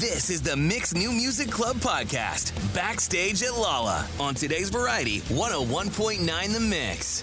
This is the Mix New Music Club podcast, backstage at Lala on today's Variety 101.9 The Mix.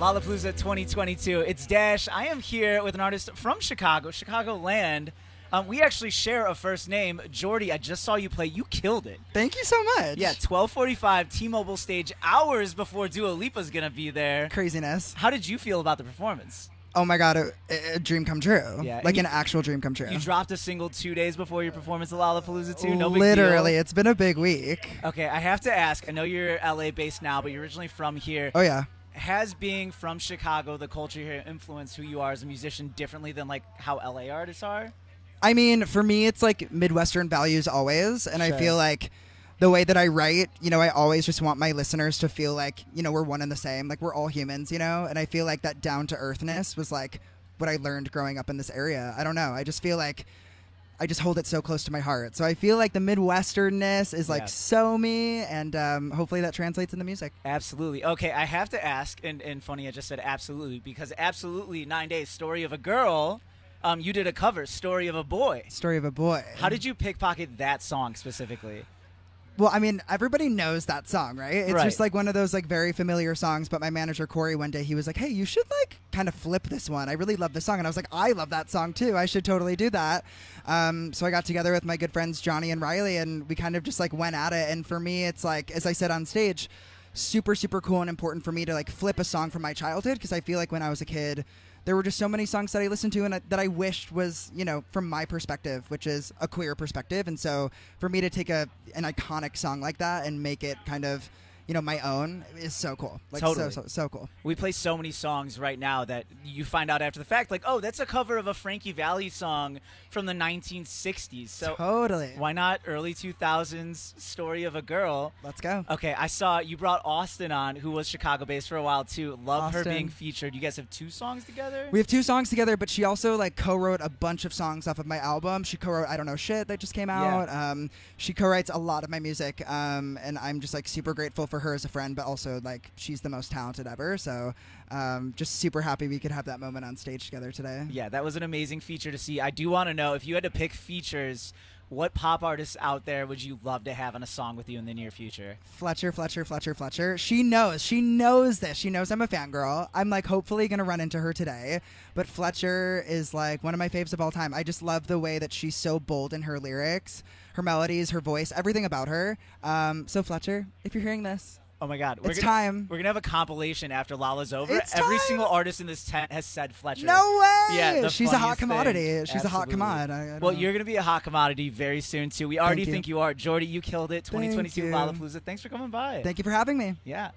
Lollapalooza 2022. It's Dash. I am here with an artist from Chicago, Chicagoland. Um, we actually share a first name, Jordy. I just saw you play. You killed it. Thank you so much. Yeah, 12:45 T-Mobile stage, hours before Dua Lipa's gonna be there. Craziness. How did you feel about the performance? Oh my god, a, a- a dream come true. Yeah, and like you- an actual dream come true. You dropped a single two days before your performance at Lollapalooza 2. No big Literally, deal. it's been a big week. Okay, I have to ask. I know you're LA-based now, but you're originally from here. Oh yeah. Has being from Chicago, the culture here, influenced who you are as a musician differently than like how LA artists are? I mean, for me, it's like Midwestern values always, and I feel like the way that I write, you know, I always just want my listeners to feel like you know we're one and the same, like we're all humans, you know, and I feel like that down to earthness was like what I learned growing up in this area. I don't know. I just feel like. I just hold it so close to my heart. So I feel like the Midwesternness is like Yeah. so me, and um, hopefully that translates into music. Absolutely. Okay, I have to ask, and, and funny, I just said absolutely because absolutely nine days story of a girl. Um, you did a cover story of a boy. Story of a Boy. How did you pickpocket that song specifically? Well, I mean, everybody knows that song, right? It's Right. just like one of those like very familiar songs. But my manager Corey one day he was like, "Hey, you should like kind of flip this one. I really love this song." And I was like, "I love that song too. I should totally do that." Um, so I got together with my good friends Johnny and Riley, and we kind of just like went at it. And for me, it's like as I said on stage, super super cool and important for me to like flip a song from my childhood because I feel like when I was a kid. There were just so many songs that I listened to and I- that I wished was, you know, from my perspective, which is a queer perspective. And so for me to take a an iconic song like that and make it kind of, you know, my own is so cool. Like Totally. so, so so cool. We play so many songs right now that you find out after the fact, like, oh, that's a cover of a Frankie Valley song from the 1960s. So totally. why not early 2000s story of a girl? Let's go. Okay, I saw you brought Austin on, who was Chicago based for a while too. Love her Austin. being featured. You guys have two songs together. We have two songs together, but she also like co-wrote a bunch of songs off of my album. She co-wrote "I Don't Know Shit" that just came out. Um, she co-writes a lot of my music, um, and I'm just like super grateful for her as a friend, but also like she's the most talented ever. So, um, just super happy we could have that moment on stage together today. Yeah, that was an amazing feature to see. I do want to know if you had to pick features, what pop artists out there would you love to have on a song with you in the near future? Fletcher, Fletcher, Fletcher, Fletcher. She knows. She knows this. She knows I'm a fangirl. I'm like hopefully gonna run into her today. But Fletcher is like one of my faves of all time. I just love the way that she's so bold in her lyrics, her melodies, her voice, everything about her. Um, so Fletcher, if you're hearing this, Oh my God, we're It's gonna, time. We're gonna have a compilation after Lala's over. It's Every time. single artist in this tent has said Fletcher. no way. Yeah, the she's a hot funniest thing. commodity. She's Absolutely. a hot commod. I- I don't well, know. you're gonna be a hot commodity very soon too. We already Thank you. think you are. Jordy, you killed it. 2022 you. Lollapalooza. Thanks for coming by. Thank you for having me. yeah.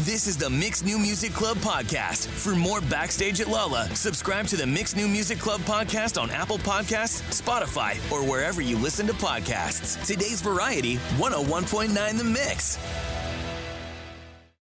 This is the Mix New Music Club podcast. For more backstage at Lala, subscribe to the Mix New Music Club podcast on Apple Podcasts, Spotify, oh or wherever you listen to podcasts. Today's Variety 101.9 The Mix.